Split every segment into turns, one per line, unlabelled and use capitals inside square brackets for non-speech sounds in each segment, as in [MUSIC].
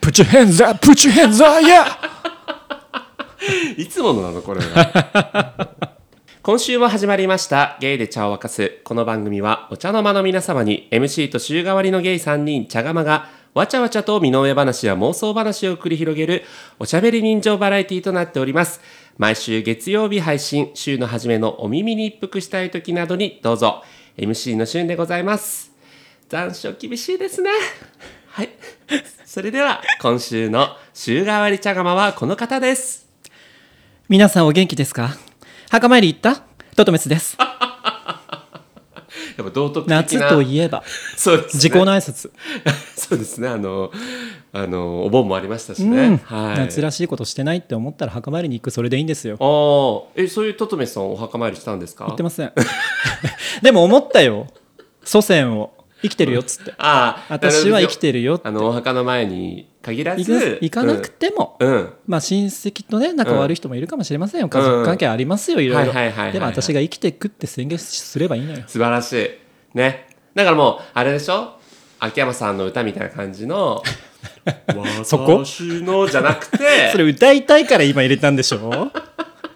Put your hands up, put your hands up, yeah!
[LAUGHS] いつものなのこれは [LAUGHS] 今週も始まりました「ゲイで茶を沸かす」この番組はお茶の間の皆様に MC と週替わりのゲイ3人茶釜がわちゃわちゃと身の上話や妄想話を繰り広げるおしゃべり人情バラエティとなっております毎週月曜日配信週の初めのお耳に一服したい時などにどうぞ MC の旬でございます残暑厳しいですねはいそれでは今週の週替わり茶釜はこの方です
皆さんお元気ですか墓参り行ったトトメスです
やっぱ道徳的な
夏といえば
そうですね
時効の挨拶、
[LAUGHS] そうですねあのあのお盆もありましたしね、
うん
はい
夏らしいことしてないって思ったら墓参りに行くそれでいいんですよ
ああえそういうトトメさんお墓参りしたんですか
言ってません [LAUGHS] でも思ったよ祖先を生きてるよっつって
ああ
私は生きてるよ
あのお墓の前に限ら
行
ず
く行かなくても、
うん、うん
まあ親戚とね仲悪い人もいるかもしれませんよ、家族関係ありますよいろいろ
はいはいはいはいはい
でも私が生きてくって宣言すればいいのよ
素晴らしいねだからもうあれでしょ秋山さんの歌みたいな感
[LAUGHS]
じの
そこ
私のじゃなくて
[LAUGHS] それ歌いたいから今入れたんでしょ [LAUGHS]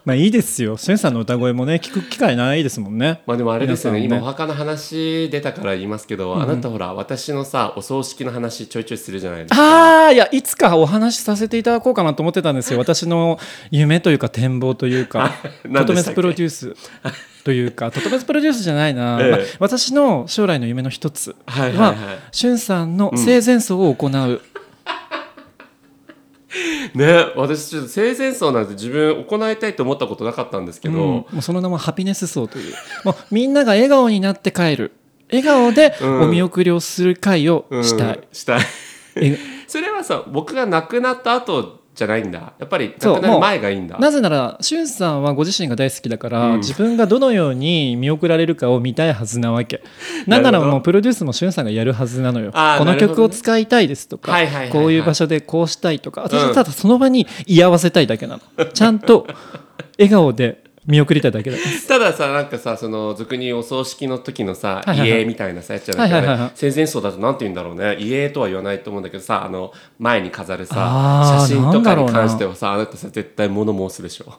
まあいいですよ。しゅんさんの歌声もね、聞く機会ないですもんね。
まあでもあれですよね
皆
今
さん
お墓の話出たから言いますけど、あなたほら私のさお葬式の話ちょいちょいするじゃないですか、
ああ、いや、いつかお話しさせていただこうかなと思ってたん [LAUGHS] ですよ。私の夢というか展望というか
何
トト
で
メ
した
ス
っけ
プロデュースという [LAUGHS] か、トトメスプロデュースじゃないな、
ええ
まあ私の将来の夢の一つは、
はいはいはい
しゅんさんの生前葬を行う。
ね私ちょっと生前葬なんて自分行いたいと思ったことなかったんですけ
うん
ど、
もうその名もハピネス層というもうみんなが笑顔になって帰る笑顔で
うん
お見送りをする会を
うん
したい、
したい [LAUGHS]
え
それはさ僕が亡くなった後じゃないんだやっぱり
そう
亡くなる前がいいんだ
なぜならしゅんさんはご自身が大好きだから、
うん
自分がどのように見送られるかを見たいはずなわ
[LAUGHS]
けなんな
なる
ら
ほど
もうプロデュースもしゅんさんがやるはずなのよ
あー
こ
な
の
るほど
曲
ね
を使いたいですとか、
はいはいはいはい
こういう場所でこうしたいとか私
うん
はただその場に居合わせたいだけな
[LAUGHS]
の、ちゃんと笑顔で見送りたいだけだ
たださなんかさその俗に言うお葬式の時のさ、
はいはいはい
遺影みたいなさやっちゃうけど
はいはいはい
ね
はい
生前葬だとなんて言うんだろうね遺影とは言わないと思うんだけどさあの前に飾るさ
あー
写真とかに
なんだろうな
関してはさあなたさ絶対物申す
[LAUGHS]
でしょ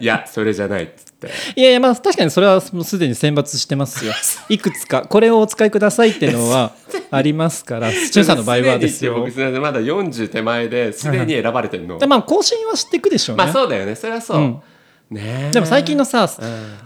いやそれじゃないっつって
いやいやまあ確かにそれはもうすでに選抜してますよ [LAUGHS] いくつかこれをお使いくださいっていうのはありますから
[LAUGHS]
しゅんさんの場合はですよ
僕すいませんまだ40手前ですでに選ばれてるの
でまあ更新はしていくでしょうね、
まあそうだよねそれはそう、
うん
ねえ
[LAUGHS] でも最近のさ、
ん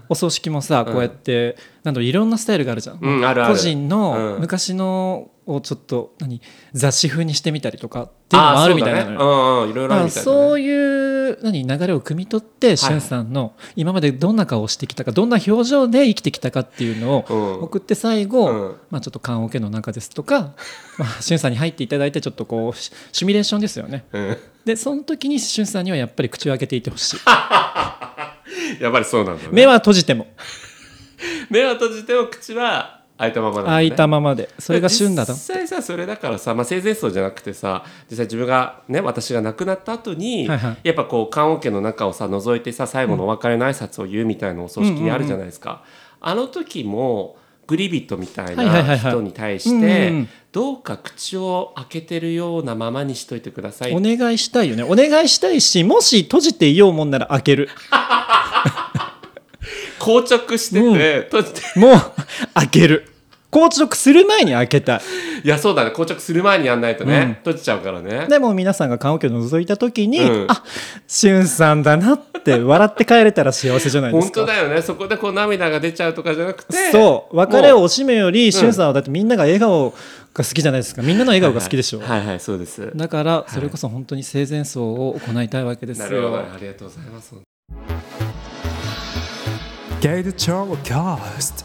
お葬式もさこうやって、なんだろういろんなスタイルがあるじゃん、
うんあるある
個人
う
の
ん
昔のをちょっと何雑誌風にしてみたりとかっていうのもあるみたいなのよ
あそうだねうんうんいろいろ
ま
ある
あ
みたいな
そう
ね
いう何流れを汲み取って、しゅんさんの今までどんな顔をしてきたかどんな表情で生きてきたかっていうの
うん
を送って最後、
うん
まあ、ちょっと棺桶の中ですとか、まあ、しゅ [LAUGHS] んさんに入っていただいてちょっとこうシシミュレーションですよね。
うん
でその時にしゅんさんにはやっぱり口を開けていてほし
[LAUGHS]
い
やっぱりそうなんだ、ね、
目
目
は閉じても
は閉じても口は開いたままなんだ、ね、
開いたままでそれが旬だと
実際さそれだからさ、まあ、生前葬じゃなくてさ実際自分がね私が亡くなった後に、
はいはい
やっぱこう棺桶の中をさ覗いてさ最後のお別れの挨拶を言うみたいなお葬式にあるじゃないですか、あの時もグリビットみたい
はいはいはいは
ない人に対し
うんうんう
て
ん
どうか口を開けてるようなままにしといてください
お願いしたいよねお願いしたいしもし閉じていようもんなら開ける
硬直してて、閉じて
もう [LAUGHS] 開ける硬直する前に開けたい
いやそうだね硬直する前にやんないとね、
うん
閉じちゃうからね
でも皆さんが棺桶を覗いた時に、
うん
あしゅんさんだなって笑って帰れたら幸せじゃないです
本
か
当だよねそこでこう涙が出ちゃうとかじゃなくて
そう別れ
も
を惜しむよりしゅんさんはだってみんなが笑顔が好きじゃないですかみんなの笑顔が好きでしょ、
はいはい、はいそうです
だからそれこそ本当に生前葬を行いたいわけです
な
よ
るほどありがとうございます
Gay the Cast.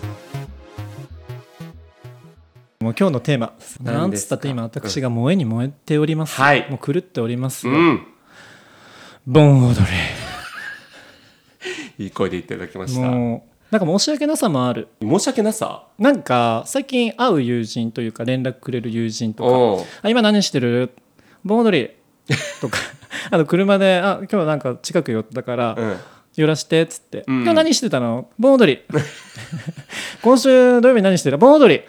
もう今日のテーマな
何
ん
で
つ
す
っ
か
たって今私が燃えに燃えております、
はい
もう狂っております
う
よ、
ん
盆踊
いい声で言っていただきま
り
した
もうなんか申し訳なさもある
申し訳なさ
なんか最近会う友人というか連絡くれる友人と
おう
か「あ今何してる [LAUGHS] 盆踊り」とかあの車で「あ今日なんか近く寄ったから、
うん
寄らしてっつって、
ん
今日何してたの盆踊り今週土曜日何してた盆踊り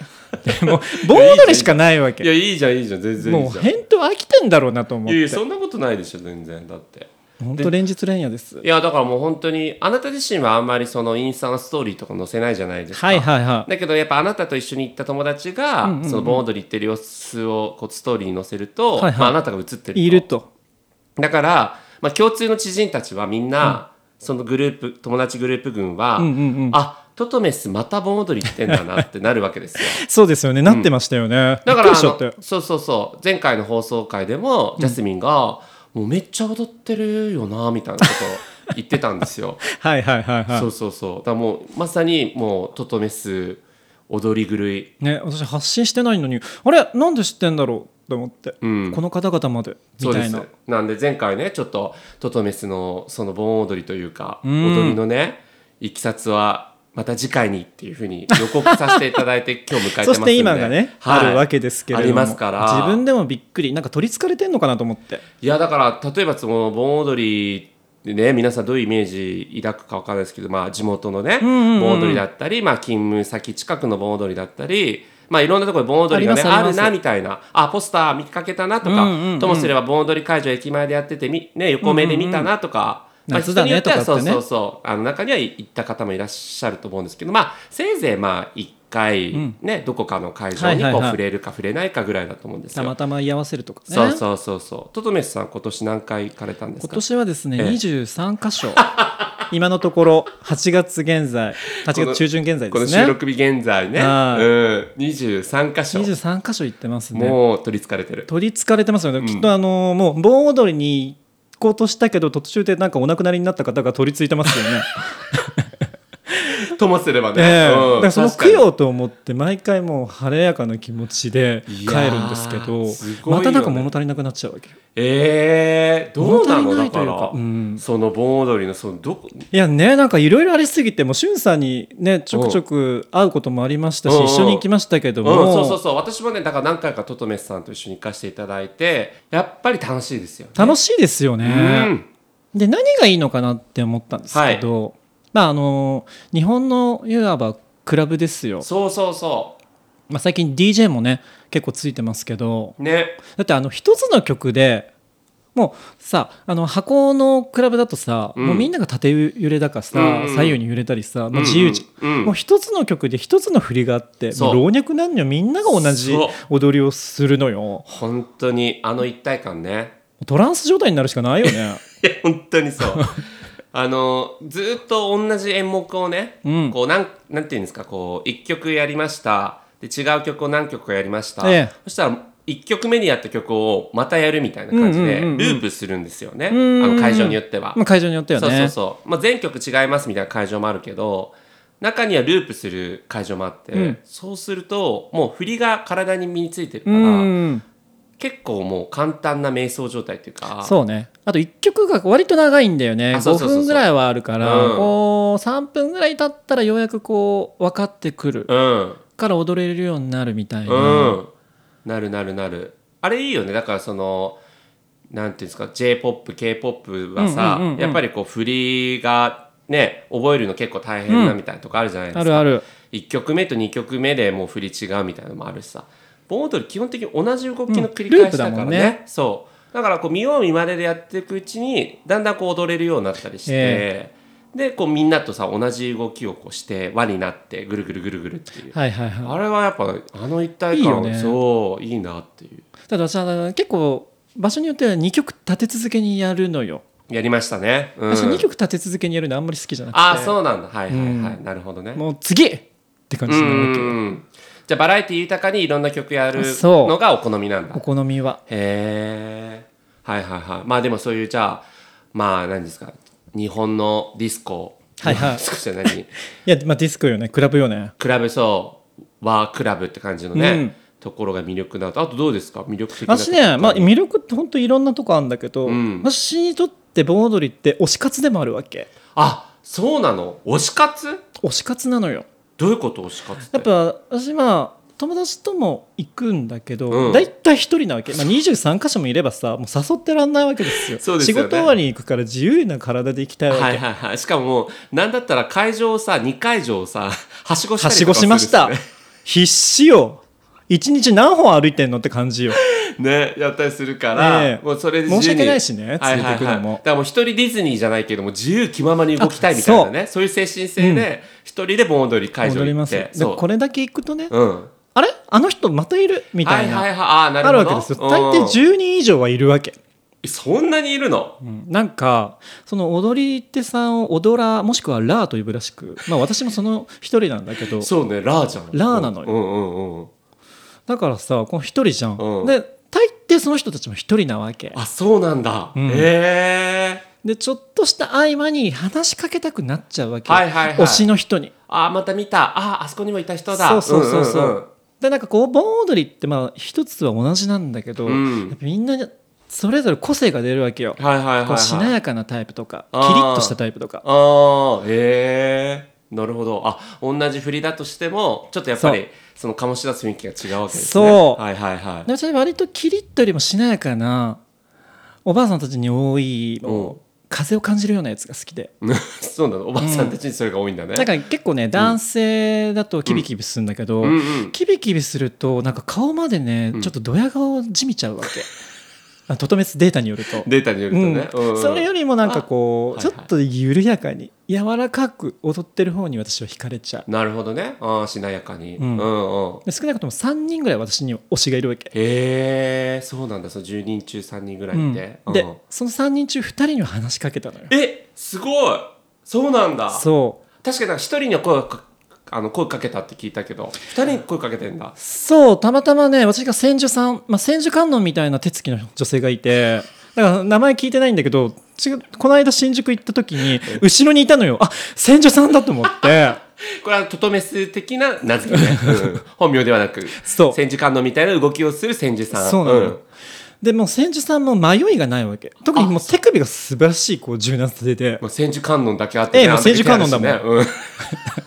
でも盆踊りしかないわ
いや
け
いいじゃんいいじゃん全然い
も
いうじゃん
返答飽きてんだろうなと思っ
いやいや
て
そんなことないでしょ全然だって
本当連日連夜です
いやだからもう本当にあなた自身はあんまりそのインスタのストーリーとか載せないじゃないですか
はいはいはい
[LAUGHS] だけどやっぱあなたと一緒に行った友達が、その盆踊り行ってる様子をこうストーリーに載せると、
はいはい
まあ、あなたが映ってると
いると
だから、まあ、共通の知人たちはみんな、そのグループ友達グループ群は、
うんうんうん
あトトメスまた盆踊り行ってんだなってなるわ
[LAUGHS]
けですよ
そうですよねなってましたよね、
だか
びっく
ら
りし
あ
ちゃ
の
ったよ
そうそうそう前回の放送回でもジャスミンが、もうめっちゃ踊ってるよなみたいなことを言ってたんですよ
はいはい [LAUGHS] はいはい
そうそうそうだからもうまさにもうトトメス踊り狂い
ね、私発信してないのにあれなんで知ってんだろうと思って、
うん
この方々までみたい
そう
な
ですなんで前回ねちょっとトトメスのその盆踊りというか、
ん
踊りのねいきさつはまた次回にっていうふうに予告させていただいて今日迎えてます
[LAUGHS]
ん
そ
で
して今がね、
はい
あるわけですけれども
ありますから
自分でもびっくりなんか取りつかれてんのかなと思って
いやだから例えばその盆踊りでね皆さんどういうイメージ抱くかわかんないですけど、まあ、地元のね、
んうん
盆踊りだったり、まあ、勤務先近くの盆踊りだったり、まあ、いろんなところで盆踊りが、ね、
あります
あ
ありま
る
す
なみたいなあポスター見かけたなとか、
うんうんうん
ともすれば盆踊り会場駅前でやっててみ、ね、横目で見たなとか。まあ
夏だね
人によっては
とかってね
そうそうそうあの中には行った方もいらっしゃると思うんですけど、まあ、せいぜいまあ1回、ねどこかの会場に
はい
こ
はいは
う
い
触れるか触れないかぐらいだと思うんです
た
よ
ま。たま居合わせるとかね
そうそうそうそう。トトメスさん今年何回行かれたんです
今
か。
年はですね、
ええ
23箇所 [LAUGHS] 今のところ8月現在8月中旬現在
こ
で
の
す
収
ね
録日現在ね。
はい
うん。二十三箇所。
23箇所行ってますね
もう取り憑かれてる。
取りつかれてますよね、
ん
きっとあのもう盆踊りに行こうとしたけど途中でなんかお亡くなりになった方が取りついてますよ
[LAUGHS]
ね
ともすればね。
ええ
う
だ
ん
からその
確かに
供養と思って毎回もう晴れやかな気持ちで帰るんですけ
いや
ど
ーすごいよ
ま
ね
たなんか物足りなくなっちゃうわけよ
ええどうなの
物足りな
だ
いと
か
いう
ら
か。うん
その盆踊りのそのどこ。
いやねなんかいろいろありすぎてもうしゅんさんにねちょくちょく会うこともありましたし、
うんうん
一緒に行きましたけ
う
ど
ん、
も、
そうそうそう私もねだから何回かトトメスさんと一緒に行かせていただいてやっぱり楽しいですよ、ね、
楽しいですよね、で何がいいのかなって思ったんですけど、まああの日本のいわばクラブですよ
うん、そうそうそ
まあ、最近 DJ もね結構ついてますけど
うね
だってあの一つの曲でもうさあの箱のクラブだとさ、
うん
もうみんなが縦揺れだかさ、
うんうん
左右に揺れたりさ、もう自由じゃん、
うんうん
もう一つの曲で一つの振りがあって
そう
もう老若男女みんなが同じ
そう
踊りをするのよ
本当にあの一体感ね
トランス状態になるしかないよね
いや本当にそう [LAUGHS] あのずーっと同じ演目をね、
うん
こうなんなんていうんですかこう1曲やりましたで違う曲を何曲かやりました、
ええ
そしたら1曲目にやった曲をまたやるみたいな感じで
うんうんうんうん
ループするんですよね、
ん
あの会場によっては。
まあ会場によっては
そ
ね
うそうそう、まあ、全曲違いますみたいな会場もあるけど中にはループする会場もあって、
うん
そうするともう振りが体に身についてるから、
うん
結構もう簡単な瞑想状態っていうか
そうねあと1曲が割と長いんだよね
あそう
5
そうそうそう
分ぐらいはあるから、
うん
こう3分ぐらい経ったらようやくこう分かってくる
うん
から踊れるようになるみたいな、
うん、なるなるなるあれいいよねだからそのなんていうんですか j p o p k p o p はさ、
うんうんうんうん
やっぱりこう振りがね覚えるの結構大変なみたいなとこあるじゃないですか、
あるある
1曲目と2曲目でもう振り違うみたいなのもあるしさ盆踊り基本的に同じ動きの繰り返しだからね,、
うんループだもんね
そうだからこう見よう見まねでやっていくうちにだんだんこう踊れるようになったりして、
え
でこうみんなとさ同じ動きをこうして輪になってぐるぐるぐるぐるっていう
はいはいは
あれはやっぱあの一体感
いいよね
そういいなっていう
いただ私は結構場所によっては2曲立て続けにやるのよ、
やりましたね、うん、
私2曲立て続けにやるのあんまり好きじゃなくて
ああそうなんだはいはいはい、
う
なるほどね
もう次って感
う
じ
ん
にな
う
るわ
ん
けよ、
うんじゃあバラエティ豊かにいろんな曲やる
そう
のがお好みなんだ
お好みは
へえはいはいはいまあでもそういうじゃあまあ何ですか日本のディスコ
はいはい
ディスコじゃ何
いや、まあ、ディスクよねクラブよね
クラブそうワークラブって感じのね、
うん
ところが魅力だとあとどうですか魅力的なと
私
こ
ね、まあ、魅力って本当いろんなとこあるんだけど、
うん
私にとって盆踊りって推し活でもあるわけ
あそうなの推し活
推し活なのよ
どういうこと推し活って
やっぱ私まあ友達とも行くんだけ
う
ど
ん
大体、たい一人なわけ、まあ、23か所もいればさもう誘ってらんないわけですよ
そうです
仕
よね
事終わりに行くから自由な体で行きたいわけ、
はいはいはい。しかももう、なんだったら会場をさ、2会場をさ、はしごした
は
り
し
と
ご
かす
し
るん
ま
で
し
すよ
た必死よ一日何本歩いてんのって感じよ
ね。ね、やったりするから、
ええ
もうそれで自由に
申し訳ないしね連れてくのも
だからもう一人ディズニーじゃないけども、自由気ままに動きたいみたいなね。そういう精神性で、一人で盆踊り会場
戻
に
り
行
ま
っ
すで
て。そう。
これだけ行くとね、
うん。
あれあの人またいるみたいな、
はいはいはい。ああ、なる
あ
ほ
る
ど。
わけですよ大抵10人以上はいるわけ、
うんそんなにいるの
なんかその踊り手さんを踊らもしくはラーと呼ぶらしく、まあ、私もその一人なんだけど
そうね、ラーじゃん。
ラーなのよ
うんうんうん。
だからさこの一人じゃん、
うん
で大抵その人たちも一人なわけ
あ、そうなんだ。
ん
へえ。
でちょっとした合間に話しかけたくなっちゃうわけ、
はいはいはい
推しの人に
あ、また見た。あ、あそこにもいた人だ。
そうそうそうそう,、
んんん
でなんかこう盆踊りってまあ一つは同じなんだけど、
うん
やっぱみんなそれぞれ個性が出るわけよ、
はいはいはい、
こ
は
う
い。
しなやかなタイプとかキ
あ
リ
ー
ッとしたタイプとか
ああ、へえ。なるほど。あ、同じ振りだとしても、ちょっとやっぱり、その醸し出す雰囲気が違うわけですね。
そう
はいはいはい。 [LAUGHS]
で私は割とキリッとよりもしなやかなおばあさんたちに多いもう風を感じるようなやつが好きで
そうなの。おばあさんたちにそれが多いんだね。
なんか結構ね男性だとキビキビするんだけど、
うんうん。
キビキビするとなんか顔までね、
ん
ちょっとドヤ顔じみちゃうわけ [LAUGHS] あととめつデータによると。
データによるとね。
うん
うん
それよりもなんかこう
あ
ちょっと緩やかに柔らかく踊ってる方に私は惹かれちゃう
なるほどね。ああ、しなやかに。う
うんん
うん。
で少なくとも3人ぐらい私に推しがいるわけ、
へえ、そうなんだ。その10人中3人ぐらいいて。
うんで
うん
その3人中2人には話しかけたのよ
え、すごいそうなんだ。
そう
確かになんか1人には声をかあの声かけたって聞いたけど、2人に声かけてんだ。
そうたまたまね私が千住さん、まあ、千住観音みたいな手つきの女性がい [LAUGHS] てだから名前聞いてないんだけど違うこの間新宿行った時に後ろにいたのよあ千住さんだと思って [LAUGHS]
これはトトメス的な名付けね、うん本名ではなく
そう
千手観音みたいな動きをする千手さん
そうなのよ、
ん
でもう千住さんも迷いがないわけ特にもう手首が素晴らしいこう柔軟さでて [LAUGHS]
まあ、千手観音だけあって、
ええもう
あんだけ
千手観音だもん
手あるしねうん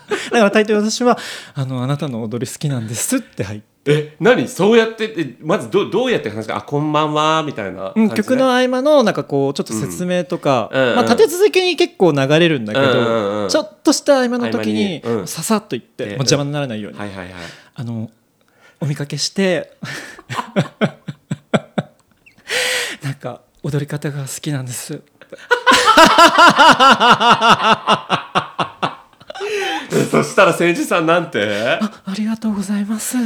[LAUGHS]
だから大抵私はあの「あなたの踊り好きなんです」って入って、
え何そうやってえまずどどうやって話すかあこんばんはみたいな感じ
う
で、
ん、曲の合間のなんかこうちょっと説明とか、
うんうん
まあ、立て続けに結構流れるんだけど、
うんうんうん
ちょっとした合間の時に
合間にうん
ささっと行って、
ね
もう邪魔にならないように、
はいはいはい
あのお見かけして [LAUGHS] なんか踊り方が好きなんです。
えそしたら千手さんなんて
あありがとうござい
[LAUGHS]
ます。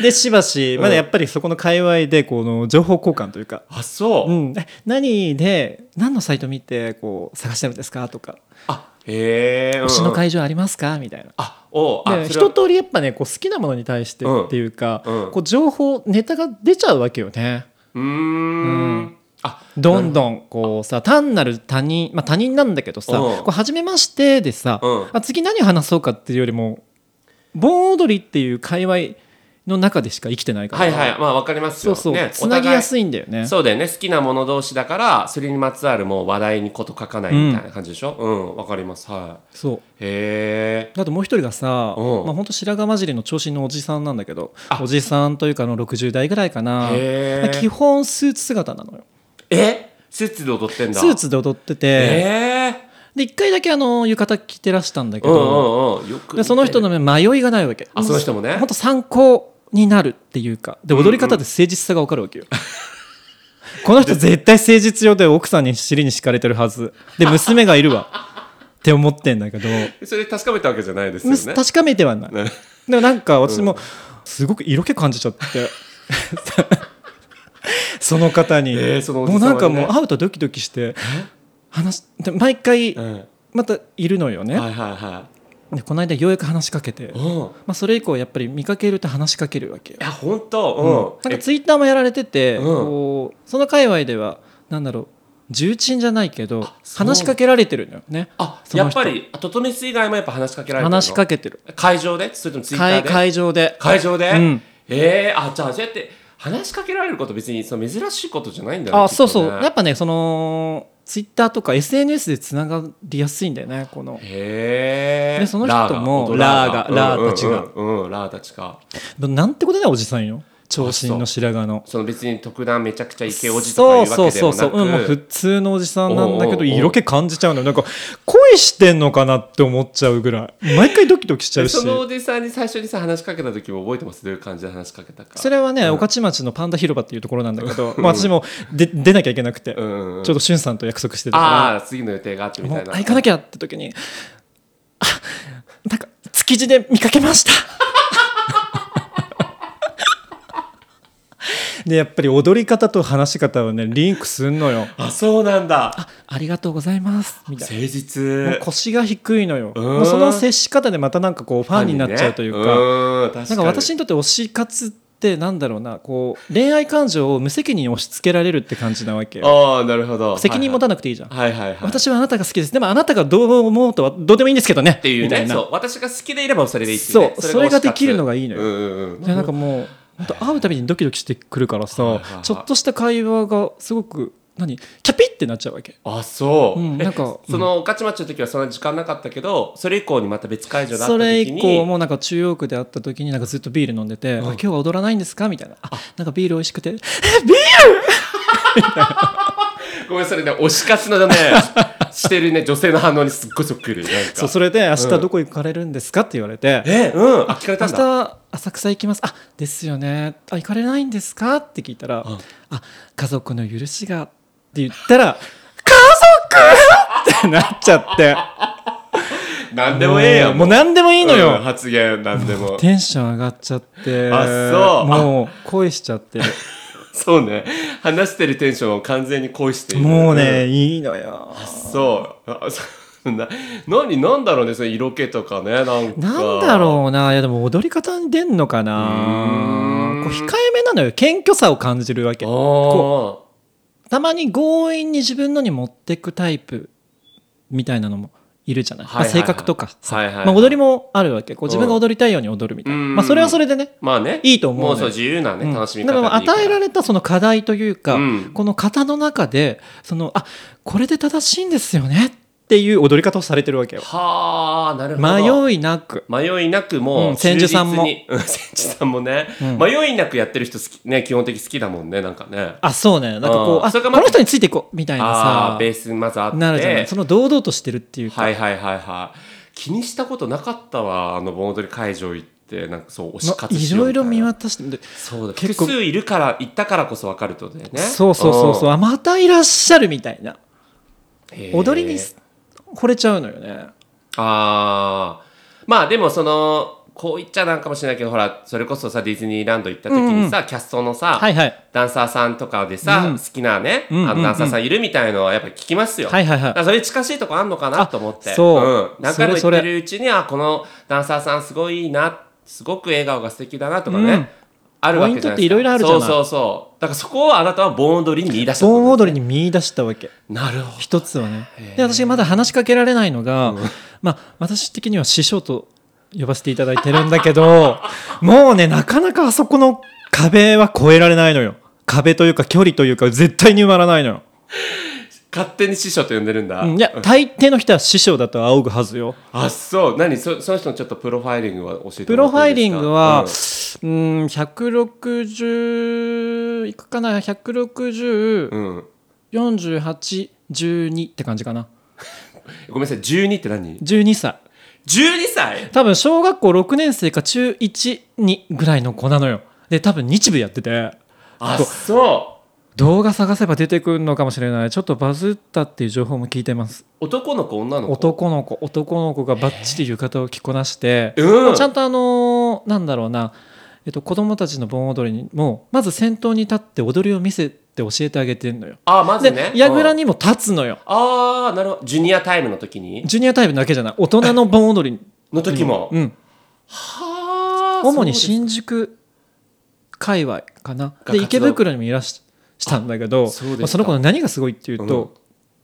でしばしまだやっぱりそこの界隈でこの情報交換というか
あそう、
うん、え何で何のサイト見てこう探してるんですかとか、
あへえ、うん
推しの会場ありますかみたいな。
あおうあ
で
それは
一通りやっぱねこう好きなものに対して
うん
っていうか、
うん
こう情報ネタが出ちゃうわけよね。
うーん
うん
あ
どんどんこうさ単なる他人、まあ、他人なんだけどさ「
うん
こう初めまして」でさ、
うん
あ次何話そうかっていうよりも盆踊りっていう界隈の中でしか生きてないから、
はいはいまあわかります
そ
よ
うそう
ね
つなぎや
い
すいんだよね。
そうだよね好きなもの同士だからそれにまつわるもう話題にこと書かないみたいな感じでしょうんわ、かりますは
そう
いへえ
あともう一人がさ、
うん
まあ、ほんと白髪混じりの長身のおじさんなんだけど
あ
おじさんというかあの60代ぐらいかな
へー
基本スーツ姿なのよ
えスーツで踊ってんだ
スーツで踊ってて
ええ
で一回だけあの浴衣着てらしたんだけ
う
ど、
んうんうんよく
でその人の迷いがないわけ
あその人もね
ほんと参考になるっていうかで
うんうん
踊り方で誠実さが分かるわけよ、 [LAUGHS] この人絶対誠実よで奥さんに尻に敷かれてるはずで娘がいるわって思ってんだけ
[LAUGHS]
ど、
それ確かめたわけじゃないですよね
確かめてはない
ね
でもなんか私もすごく色気感じちゃって [LAUGHS] その方に、
えーそのおじ
も
さ
うん
は
な
ね
んかもう会うとドキドキして話しで毎回
うんは
またいるのよ
い
ね、
はいは
でこの間ようやく話しかけて、
い
ま
うんい
あ、それ以降やっぱり見かけると話しかけるわけよ、
や本当うん
なんかツイッターもやられてて、
うん
こうその界隈ではなんだろう重鎮じゃないけど
そう
話しかけられてるのよね
あ
その
やっ
人
ぱりトトメス以外もやっぱ話しかけられてるの
話しかけてる
会場でそれともツイッター
会
で
会場で
会場で、
うん
ええあじゃあそうやって話しかけられること別にその珍しいことじゃないんだね
あ
きっ
そ
と
うそう
ね
やっぱねそのツイッターとか SNS でつながりやすいんだよねこの
へえ
でその人もラーがラーたちが
うんうんうんうんラーたちか
なんてことないおじさんよ長身の白髪の
その別に特段めちゃくちゃイケおじとかいうわけでもなく
うん、もう普通のおじさんなんだけ
おうおうお
ど
う
色気感じちゃうのよなんか恋してんのかなって思っちゃうぐらい毎回ドキドキしちゃ
で
うし
そのおじさんに最初にさ話しかけた時も覚えてますどういう感じで話しかけたか
それはね御徒町のパンダ広場っていうところなんだけど、まあ、私もで出なきゃいけなくて、
うんうんうん
ちょうどしゅんさんと約束してた
あ
か
あ次の予定があって
ら
み
も
た
う
いな
あ行かなきゃって時にあなんか築地で見かけました [LAUGHS] でやっぱり踊り方と話し方はねリンクすんのよ
あそうなんだ
ありがとうございますみたいな
誠実
もう腰が低いのよ、
うん
もうその接し方でまたなんかこうファンになっちゃうというか,、
か
なんか私にとって推し活ってなんだろうなこう恋愛感情を無責任に押し付けられるって感じなわけよ
ああなるほど
責任持たなくていいじゃん、
はいはいはいはい
私はあなたが好きですでもあなたがどう思うとはどうでもいいんですけどね
っていう
みた
ね
いな
そう私が好きでいればそれでいいっていうね
そうそれができるのがいいのよ
うんうんうん
いやなんかもう本当会うたびにドキドキしてくるから
はい
さ
はいはい
ちょっとした会話がすごく何キャピってなっちゃうわけ
あそう、
うん
え
なんか
その御徒町の時はそんな時間なかったけどそれ以降にまた別会場だった
それ
時に
以降もなんか中央区で会った時になんかずっとビール飲んでて「あ今日は踊らないんですか?」みたいな「あなんかビール美味しくてえビール
ごめんそれね推し活のね [LAUGHS] してるね女性の反応にすっごいそっくりなんか
そうそれで明日どこ行かれるんですか?」って言われて
えうんあ聞
「
かれた
明
んだ
日浅草行きます」あ「ですよねあ行かれないんですか?」って聞いたら「あ家族の許しが」って言ったら「家族!」ってなっちゃって
何でもええやん
もう何でもいいの
うん
よ
発言何で
[LAUGHS]
も
テンション上がっちゃって
あそう
もう恋しちゃってる
そうね話してるテンションを完全に恋している
もうねいいのよ
うんそうあそんな何なんだろうねその色気とかねなんか
なんだろうな、いやでも踊り方に出んのか
うーん
な。こう控えめなのよ、謙虚さを感じるわけ。
あ
たまに強引に自分のに持ってくタイプみたいなのもいるじゃない。
はいはいはい
まあ性格とかさ、
はいはいはい
まあ踊りもああるわけ。こう自分が
うん
踊りたいように踊るみたいな。
うん
まあそれはそれでね。
ーまあね
いいと思うの
も
よ
うそう自由なね、
うん
楽しみ
だ
方
からまあ与えら
れ
れたその課題というか、
うん
この型の中でそのあこれで正しいんですよねっていう踊り方をされてるわけよ
はあなるほど
迷いなく
迷いなくもう、
うん千住さんも
忠実にうん千住さんもね、
うん
迷いなくやってる人好きね基本的好きだもんねなんかね
あそうねなんかこ
う
うんあ
それが
こ
また
の人についていこうみたいな
ああ
さ
ーベースまずあって
なるじゃないその堂々としてるっていうか、
はいはいはいはい気にしたことなかったわあの盆踊り会場行ってなんかそう推し
ま
活
い
しよう
ろい
みた
ろ
いな
見渡してで
そうだ
結構
複数いるから行ったからこそ分かるってことだよね
そうそうそうそうあまたいらっしゃるみたいな
うん
踊り
へ
に
ー
惚れちゃうのよね
ああまあでもそのこう言っちゃなんかもしれないけどほらそれこそさディズニーランド行った時にさ、キャストのさ、
はいはい
ダンサーさんとかでさ、
うん
好きなね、
うんうんうん
あのダンサーさんいるみたいのはやっぱ聞きますよ。
はいはい
だ
は
からそれに近しいとこあんのかなと思って。
あそう
うん。何回も言
そ
っ
れ
て
それ
るうちに、あ、このダンサーさんすごいいいな、すごく笑顔が素敵だなとかね。
うん
あるわけじゃないで
ポイントって
すか。
いろいろあるじゃない
そうそうそう。だからそこをあなたは盆踊りに見出し
い
たって
盆
こと
踊りに見出したわけ
なるほど。
一つはね
へー
で私がまだ話しかけられないのが、まあ私的には師匠と呼ばせていただいてるんだけど [LAUGHS] もうねなかなかあそこの壁は越えられないのよ壁というか距離というか絶対に埋まらないのよ
勝手に師匠と呼んでるんだ。
うんいや大抵の人は師匠だと仰ぐはずよ
あ、そう。何そその人のちょっとプロファイリングは教えてもらっていいですか
プロファイリングは、う
うん
ーん、160いくかな1604812
うん。
って感じかな
ごめんなさい、12って何
12歳
?12 歳
多分小学校6年生か中12ぐらいの子なのよで多分日舞やってて
あ、
そう
そう。
動画探せば出てくるのかもしれないちょっとバズったっていう情報も聞いてます
男の子女の子
男の子男の子がバッチリ浴衣を着こなして、
うん
ちゃんとあのーなんだろうな、えっと、子供たちの盆踊りにもまず先頭に立って踊りを見せて教えてあげてんのよ。
あまずね
で櫓
うん
にも立つのよ。
ああなるほどジュニアタイムの時に
ジュニアタイプだけじゃない大人の盆踊りに
の時も、
うん、
はあ
主に
そうです
新宿界隈かな
が活
で
動
池袋にもいらししたんだけど
あそうですか
まあその子の何がすごいっていうと、
うん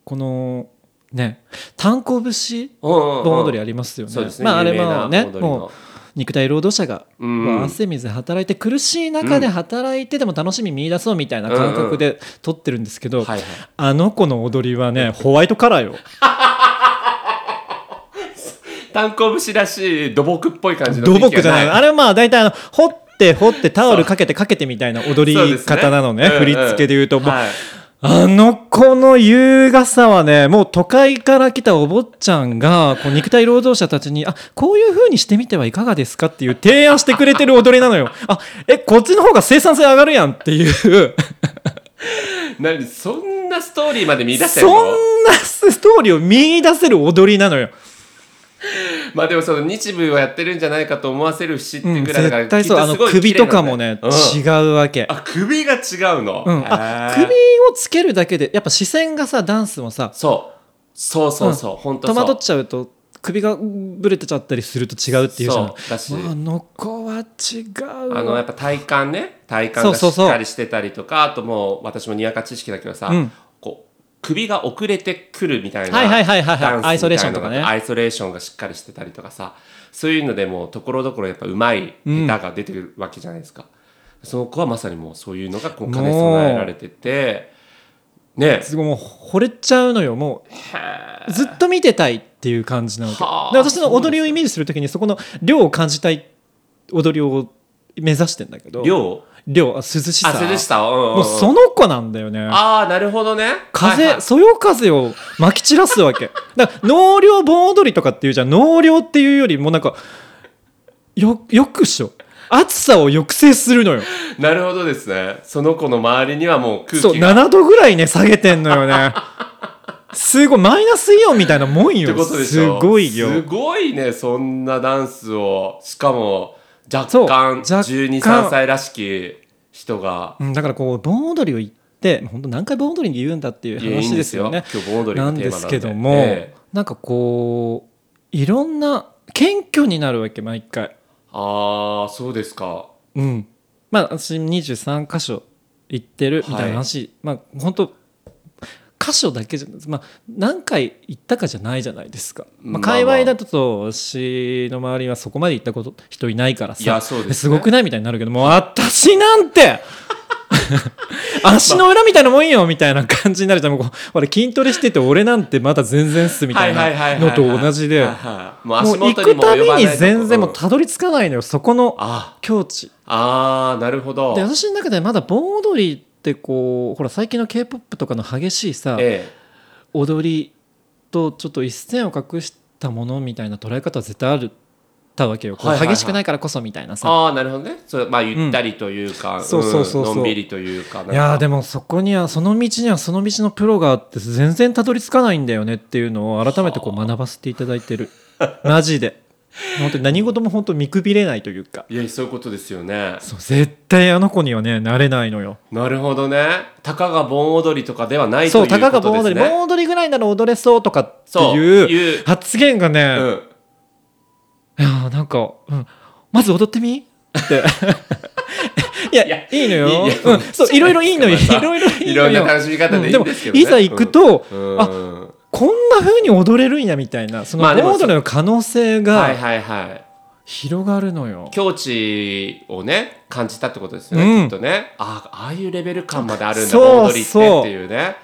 このね炭鉱節
うんうんうん
盆踊りありますよね。
そうですね
まああれ
有名な
もね
盆踊りの
もう肉体労働者が、
うん
まあ汗水働いて苦しい中で働いてでも楽しみ見出そうみたいな感覚で撮ってるんですけど、
はいはい
あの子の踊りはねホワイトカラーよ
炭鉱節らしい土木っぽい感じの雰
土
囲気が
木じゃないあれはまあ大体あの掘って掘ってタオルかけてかけてみたいな踊
そう
り
です
方なのね
うんうん
振り付けで言うと、もう
はい
あの子の優雅さはねもう都会から来たお坊ちゃんがこう肉体労働者たちにあこういう風にしてみてはいかがですかっていう提案してくれてる踊りなのよあえこっちの方が生産性上がるやんっていう
何そんなストーリーまで見出せ
そ
るの
んなストーリーを見出せる踊りなのよ
[LAUGHS] まあでもその日舞をやってるんじゃないかと思わせる節っていうぐらいだから、
絶対そう
きっ
あ
す
の
ごい
首とかもね、
綺麗なんだうん
違うわけ
あ首が違うの、
うん、
へ
あ
ー
首をつけるだけでやっぱ視線がさダンスもさ
そうそうそうそう、
ん
本当そ
戸
う
惑っちゃうと首がぶれてちゃったりすると違うっていうじゃん
そうだし
まああの子は違う
あのやっぱ体幹ね体幹
そう
がし
そうそう
っかりしてたりとかあともう私もにわか知識だけどさ、
うん
こう首が遅れてくるみたいな
はいはいはいはいはい
ダンスみた
アイ
いなのが
ソレーションとかね
アイソレーションがしっかりしてたりとかさそういうのでもうところどころやっぱうまい下手が出てくるわけじゃないですか、その子はまさにもうそういうのがこう兼ね備えられててね
すごいもう惚れちゃうのよもうずっと見てたいっていう感じなので
はあ
私の踊りをイメージするときにそこの量を感じたい踊りを目指してんだけど
量
涼あ涼しさ
あ涼しさを、うんうんうん
もうその子なんだよね
ああなるほどね
風、
はいはい
そよ風をまき散らすわけだから納涼盆踊りとかっていうじゃん納涼っていうよりもなんかよよくっしょ暑さを抑制するのよ
なるほどですねその子の周りにはもう空
そう
気が
7度ぐらいね下げてんのよ
[LAUGHS]
ねすごいマイナスイオンみたいなもん
って
よ
ことでし
す
ょ
ごいよ
すごいねそんなダンスをしかも若
そう
干
若干
123歳らしき人が
うんだからこう盆踊りを言って本当何回盆踊りで言うんだっていう
いやいい
話
んで
ですす
よ
よね
今日盆踊り
な
が
ん
テー
で
マなんで
すけども、
ええ
なんかこういろんな謙虚になるわけ毎回
ああそうですか
うん、まあ私23箇所行ってるみたいな話、まあ本当箇所だけじゃ、まあ、何回行ったかじゃないじゃないですか、まあ、
まあまあ
界隈だと私の周りはそこまで行ったこと人いないからさ
いやそうですね
ごくないみたいになるけどもう私なん
[LAUGHS]
て足の裏みたいなもんよみたいな感じになるじゃんもうこうほら筋トレしてて俺なんてまだ全然っすみたい
はいはいはい
な
はい
の
はい
と同じで
はいはいも
も
う足
う行
元に
く
も及ば
た
ない
び
とこ
に全然もう
うん
たどり着かないのよそこの
あ
境地
あーなるほど
で私の中でまだ盆踊りってこうほら最近の k p o p とかの激しいさ、
え
踊りとちょっと一線を画したものみたいな捉え方は絶対あるたわけよ、こう
はいはいはい
激しくないからこそみたいな
え
さ
ああなるほどねそうまあゆったりというか、ん、
そうそうそうそう
のんびりというかなんか
いやーでもそこにはその道にはその道のプロがあって全然たどり着かないんだよねっていうのを改めてこう学ばせていただいて [LAUGHS] るマジで本当に何事も本当見くびれないというか
いやそういうことですよね
そう絶対あの子にはねなれないのよ
なるほどねたかが盆踊りとかではないと
そ
いううこ
た
とです
かが盆踊
ね
り盆踊りぐらいなら踊れそうとかって
そ
い
ういう
う発言がね、
うん
いやーなんか、うん、まず踊ってみ
[LAUGHS]
って。いや
いや
いいの
い
よ
いいや
うん、そういろいろいいのよ
ま
い
た
ろいろいい
い
のよ
ろんな楽しみ方でいいんですけどね、
うんもいざ行くと、
うん、
あ
うん
こんな風に踊れるんやみたいなその
まあでも
盆踊りの可能性
はい
が
はいはい
広がるのよ、
境地をね感じたってことですよね、
うん
きっとねあああいうレベル感まであるんだ
そう
盆踊りって
そう
っていうね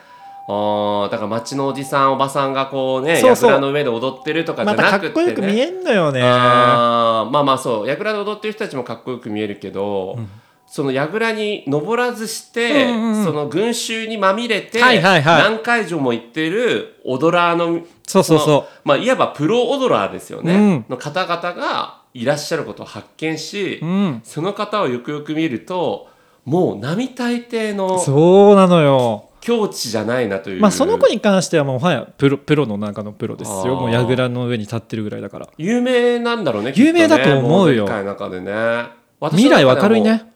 あーだから町のおじさんおばさんがこうね
そうそう
櫓の上で踊ってるとかじ
ま
ゃ
た
な
か
くて、ね、
っこよく見えんのよね
あーまあまあそう櫓で踊ってる人たちもかっこよく見えるけど、その櫓に登らずして、
うんうんうん
その群衆にまみれて、
はいはいはい
何会場も行ってる踊らーの
そうそうそう
のまあ、いわばプロ踊らーですよね、
うん
の方々がいらっしゃることを発見し、
うん
その方をよくよく見るともう並大抵の
そうなのよ
境地じゃないなという、
まあその子に関してはもうはやプロプロの中のプロです
あー
よもう櫓の上に立ってるぐらいだから
有名なんだろうね
有名だと思うよ
きっとね盆踊り界の中でね
未来明るいね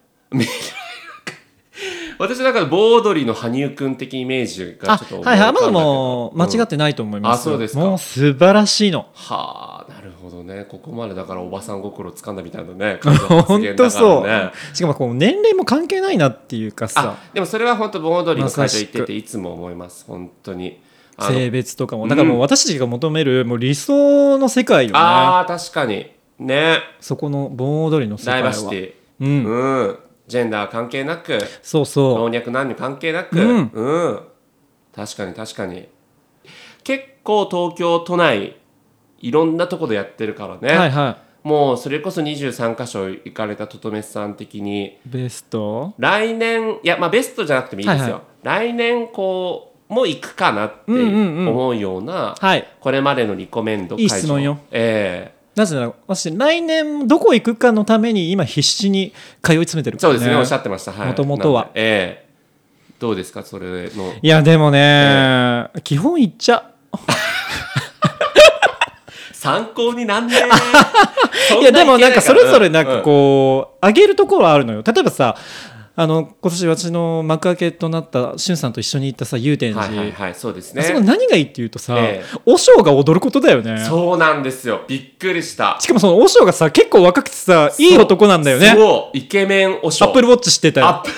私の中で盆踊りの羽生くん的イメージがちょっと思い浮かんだけど
はいはい、まだもう間違ってないと思います、
うんあそうですか
もう素晴らしいの。
はあなるほどねここまでだからおばさん心をつかんだみたいなね感じの発
本
言
当
だからね
そう。しかもこう年齢も関係ないなっていうか
あ
さ、
でもそれは本当盆踊りの会
ま
場
さし
行っ
く
てていつも思います本当にあの
性別とか
う
も。
ん
だからもう私たちが求めるもう理想の世界よね。
あー確かにね
そこの盆踊りの世
ダ
界
イ
は
バーシテ
う
ィ、
ん
うん、ジェンダー関係なく
そう
老
そう
若男女関係なく、
うん
うん確かに確かに結構東京都内いろんなとこでやってるからね、
はいは
もうそれこそ23箇所行かれたととめさん的に
いベスト
来年いやまあベストじゃなくてもいいですよ、
はいは
来年こうもう行くかなって
うんうんうん
思うような
はい
これまでのリコメンド
いい質問よ
え
なぜなら私来年どこ行くかのために今必死に通い詰めて
え
るか
そう
ら、
で
ね、
すねおっしゃってましたはい
元々は
なんでええどうですかそれの
いやでもね、基本行っちゃ
参考になんねえ
[LAUGHS]
そ
い
ん
や
な
でもなんかそれぞれ
意見が
なんかこう上げるところはあるのよ例えばさあの今年私の幕開けとなったしゅんさんと一緒に行ったさ祐
う
天
ん
寺、
はいはいはいそうです
あそこ
ね
何がいいっていうとさ、
え
和尚が踊ることだよね
そうなんですよびっくりした
しかもその和尚がさ結構若くてさいい男なんだよね
そうイケメンおしょ
アップルウォッチしてた
ア
よ
ップ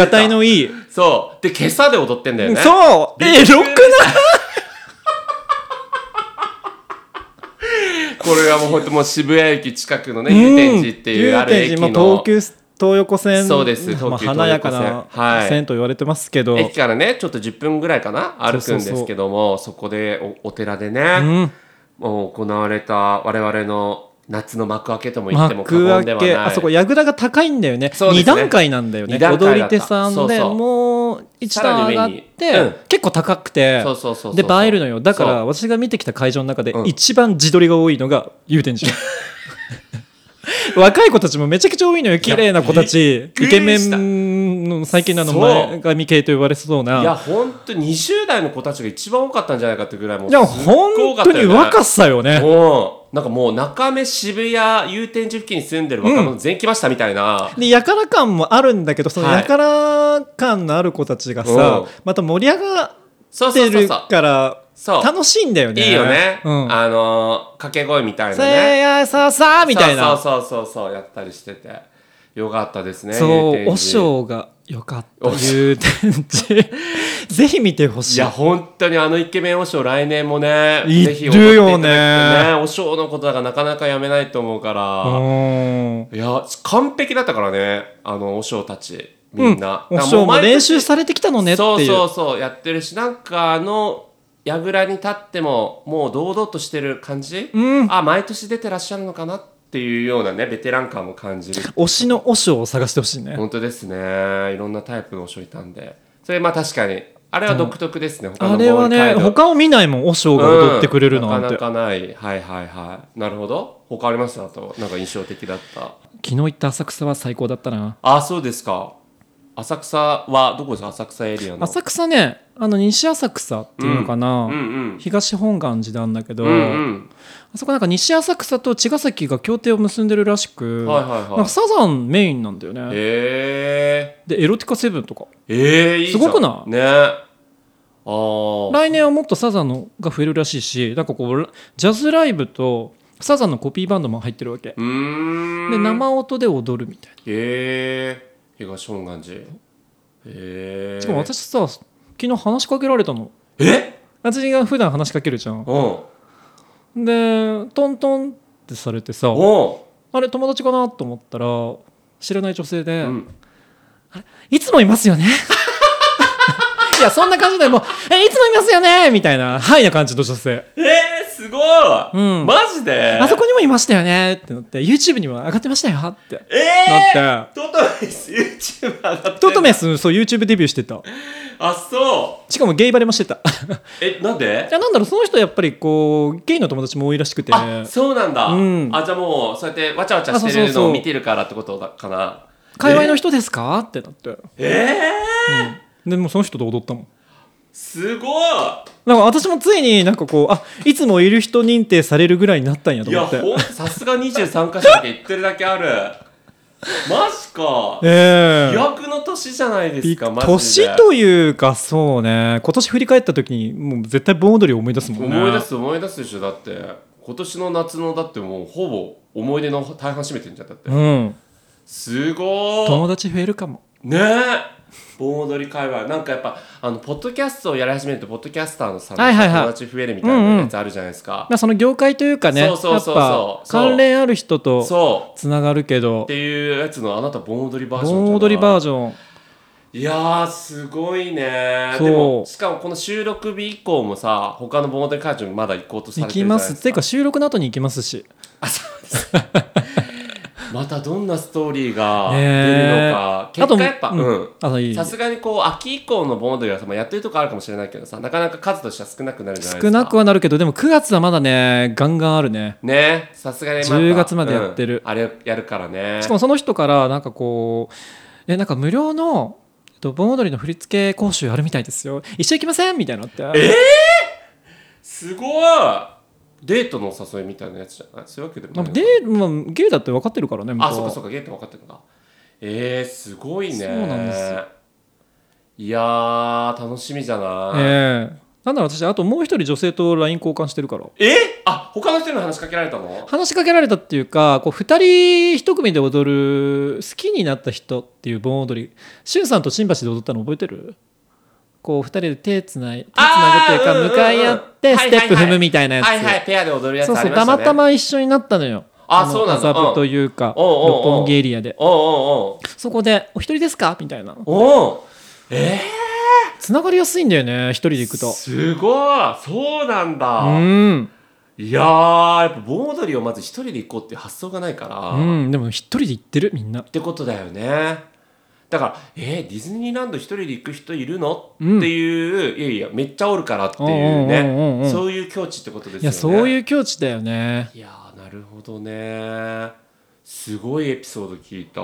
ル
がたいのいい、
そうで今朝で踊ってんだよね
そうえエロくない
これはもう本当もう渋谷駅近くのね、祐天寺っていうある駅
も東
の
急東横線
そうです東急
まあ、
東横線
華やかな
はい
線と言われてますけど、
駅からねちょっと10分ぐらいかな歩く
そ
ん
う
で
そうそう
すけどもそこでおお寺で
う
ね、
ん、
もう行われた我々の夏の幕開けとも言っても過
幕
言で
開
は
け
ない
あそこ櫓が高いんだよね
そう
二
ですね
段階なんだよね
二段階だった
踊り手さんで
そうそう
もう一段上がって、
さらに上にうん
結構高くて
そうそうそうそ
で
う
映えるのよだか
そ
ら私が見てきた会場の中で
うん
一番自撮りが多いのが祐天寺 [LAUGHS] 若い子たちもめちゃくちゃ多いのよ綺麗な子たち
び
イ
っく
ケ
り
メ
した
ンの最近のあの
そう
前髪系と言われそうない
や本当20代の子たちが一番多かったんじゃないかってぐらいもう
いや、
すっごい多
本
かっ
当
たよ
に
ね
若さよね。
もうなんかもう中目渋谷祐天寺付近に住んでる若者全員来ましたみたいな、
で、やから感もあるんだけど、その
はい
やから感のある子たちが
うん
さ、また盛り上が
そう
っ
そ
て
うそう
る
そう
から、
そう
楽しいんだよね。
いいよね、
うん。
あのー掛け声みたいな
せい
ね
やさあさあみたいな。
そうそうそうそうそうやったりしててよかったですね
そ
祐天
う、
寺
お尚が良かったいう展示。 [LAUGHS] ぜひ見てほし
い
い
や。本当にあのイケメンお尚来年もね
い
ぜひ踊っていただきた
い
い
る
ねお尚のことだからなかなかやめないと思うから、
うん
いや完璧だったからねあのお尚たちみんな、
お尚も練習さ
れ
れてきたのねって
そう
い
そうう。そうやってるしなんかあの櫓に立ってももう堂々としてる感じ、
うん
あ毎年出てらっしゃるのかなっていうようなねベテラン感も
[LAUGHS]
感じる
推しのお尚を探してほしいね。
本当ですねいろんなタイプのお醤いたんでそれまあ確かにあれは独特ですね、他の
あれはね、
ボーイ街道
他を見ないもん、お尚が踊ってくれるな
うんな
て。
かなかないはいはいはいなるほど他ありましたあとなんか印象的だった
昨日行った浅草は最高だったな
あそうですか浅草はどこですか浅草エリアの
浅草ねあの西浅草っていうのかな、
うんうん
東本願寺なんだけど、
うんうん
あそこなんか西浅草と茅ヶ崎が協定を結んでるらしく、
はいはいはい
なんかサザンメインなんだよね
え
でエロティカセブンとか
ー、えー、いいじゃん
すごくない
ねあー
来年はもっとサザンのが増えるらしいしなんかこうジャズライブとサザンのコピーバンドも入ってるわけ
うーん
で生音で踊るみたいな
えー、東本願寺えー、
しかも私さ昨日話しかけられたの
え
私が普段話しかけるじゃん
うん
でトントンってされてさ
おう
あれ友達かなと思ったら知らない女性で、
うん
いつもいますよね [LAUGHS] いやそんな感じでもうえいつもいますよねみたいなハイな感じの女性
えー、すごい、
うん
マジで
あそこにもいましたよねってなって YouTube にも上がってましたよって
えー、
なって
トトメス YouTube 上がってんだ
トトメスそう YouTube デビューしてた
あそう
しかもゲイバレもして
[LAUGHS]
た
えなんで
いやなんだろうその人やっぱりこうゲイの友達も多いらしくて
あそうなんだ、
うん
あじゃあもうそうやってわちゃわちゃ
あ
して
そうそ
る
うそ
の
う
を見てるからってことだかな
界隈の人ですかってなって
えー、
でもうその人と踊ったもん
すごい
なんか私もついになんかこうあいつもいる人認定されるぐらいになったんやと
いや
思って
ほんさすが23箇所だけ行ってるだけあるマジか
ええ
疑惑の年じゃないですかマジで
年というかそうね今年振り返った時にもう絶対盆踊りを思い出すもんね
思い出す思い出すでしょだって今年の夏のだってもうほぼ思い出の大半占めてんじゃんだって
うん
すご
友
ー
達増えるかも
ねえ盆踊り界隈なんかやっぱあのポッドキャストをやり始めるとポッドキャスターのさ、
はいはいはい
友達増えるみたいなやつあるじゃないですか、
まあその業界というかね
そうそうそうそう
やっぱ
そう
関連ある人と
そう
つながるけど
っていうやつのあなた盆踊りバージョンじゃない
盆踊りバージョン
いやーすごいね
そう
でもしかもこの収録日以降もさ他の盆踊り会場にまだ行こうとさ
行
れて
き
るじゃな
ま
いですす
っ
か
ていうか収録の後に行きますし
またどんなストーリーが
ね
出るのか、
あ
結
と
果やっぱうん
あのいい
さすがにこう秋以降の盆踊りはさまあやってるとこあるかもしれないけどさなかなか数としては少なくなるじゃないですか
少なくはなるけどでも9月はまだねガンガンあるね
ねさすがにまた
10月までやってる
うんあれやるからね
しかもその人からなんかこうえなんか無料のえっと盆踊りの振り付け講習あるみたいですよ一緒行きませんみたいなのって
すごいデートのお誘いみたいなやつじゃないそういうわけでも
ま
な
あ
いのか
で、まあ、ゲイだって分かってるからね向こ
あ
う
そ
は
うかそうかゲート分かってるのかえー、すごいね
そうなんですよ
いやー楽しみじゃない
ええなんなら私あともう一人女性と LINE 交換してるから
えあ他の人にも話しかけられたの
話しかけられたっていうかこう2人1組で踊る「好きになった人」っていう盆踊りしゅんさんと新橋で踊ったの覚えてるこう2人で手つない手つなぐっていうか向かい合ってステップ踏むみたいなやつ、
はいはい、ペアで踊るやつ
そう
あ
そ
り
う
ましたたね
またま一緒になったのよ
あ
の
そうなんだ
麻布というか
うんおうおうおう
六本木エリアで
おう
そこで「お一人ですか?」みたいな
おうおうおうえ
つながりやすいんだよね一人で行く
ー、
と
すごいそうなんだ、
うん
いやーやっぱ盆踊りをまず一人で行こうっていう発想がないから、
うんでも一人で行ってるみんな
ってことだよねだから「えーディズニーランド一人で行く人いるの?」
うん
っていう「いやいやめっちゃおるから」っていう
うんうんうんう
ね
ん
そういう境地ってことです
い
よ
や
ね
そう
う
いう境地だよね
いやーなるほどねすごいエピソード聞いた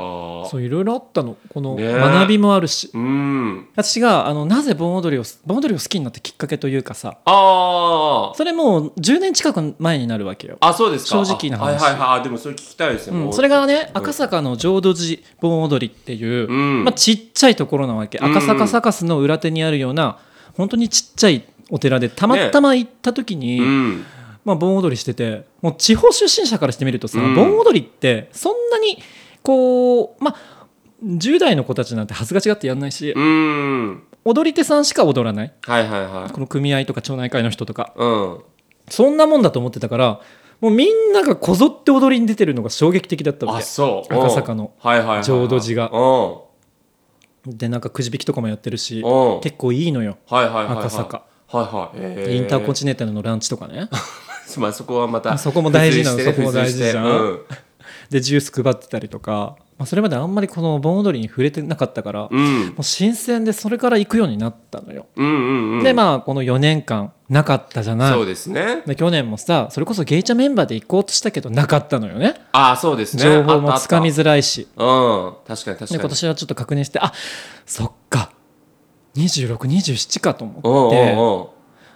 そういろいろあったのこの
ねえ
学びもあるし、
うん
私があのなぜ盆踊りを盆踊りを好きになったきっかけというかさ
あー
それもう10年近く前になるわけよ、
あそうですか
正直な話
あはいはいはいでもそれ聞きたいですね、
うん
もう
それがね
うん
赤坂の浄土寺盆踊りっていう、
うん
まあ、ちっちゃいところなわけ、
うん
赤坂サカスの裏手にあるような本当にちっちゃいお寺でたまたま行った時に、
うん
まあ、盆踊りしててもう地方出身者からしてみるとさ、
うん
盆踊りってそんなにこうまあ10代の子たちなんて恥ずかしがってやんないし、
うん
踊り手さんしか踊らない
はいはいはい
この組合とか町内会の人とか
うん
そんなもんだと思ってたからもうみんながこぞって踊りに出てるのが衝撃的だったわ
あ
け
そう
赤坂の
うんはいはいはいはい
浄土寺が
うん
でなんかくじ引きとかもやってるし
うん
結構いいのよ
はいはいはいはい
赤坂
はいはい、
インターコン
チ
チネンタルのランチとかね
まあそこはまた
あそこも大事なの
付随し
そ
て
こも大事じゃん
付
でジュース配ってたりとか、まあ、それまであんまりこの盆踊りに触れてなかったから、も
随して
う新鮮でそれから行くようになったのよ、
うん、うんうんうん
でまあこの4年間なかったじゃない
そうですね
で去年もさそれこそゲイチャメンバーで行こうとしたけどなかったのよね
ああそうですね
情報もつかみ
あっ
づらいした
あったうん確かに確か
で
に
今年はちょっと確認してあそっか2627かと思
おう
って
おうお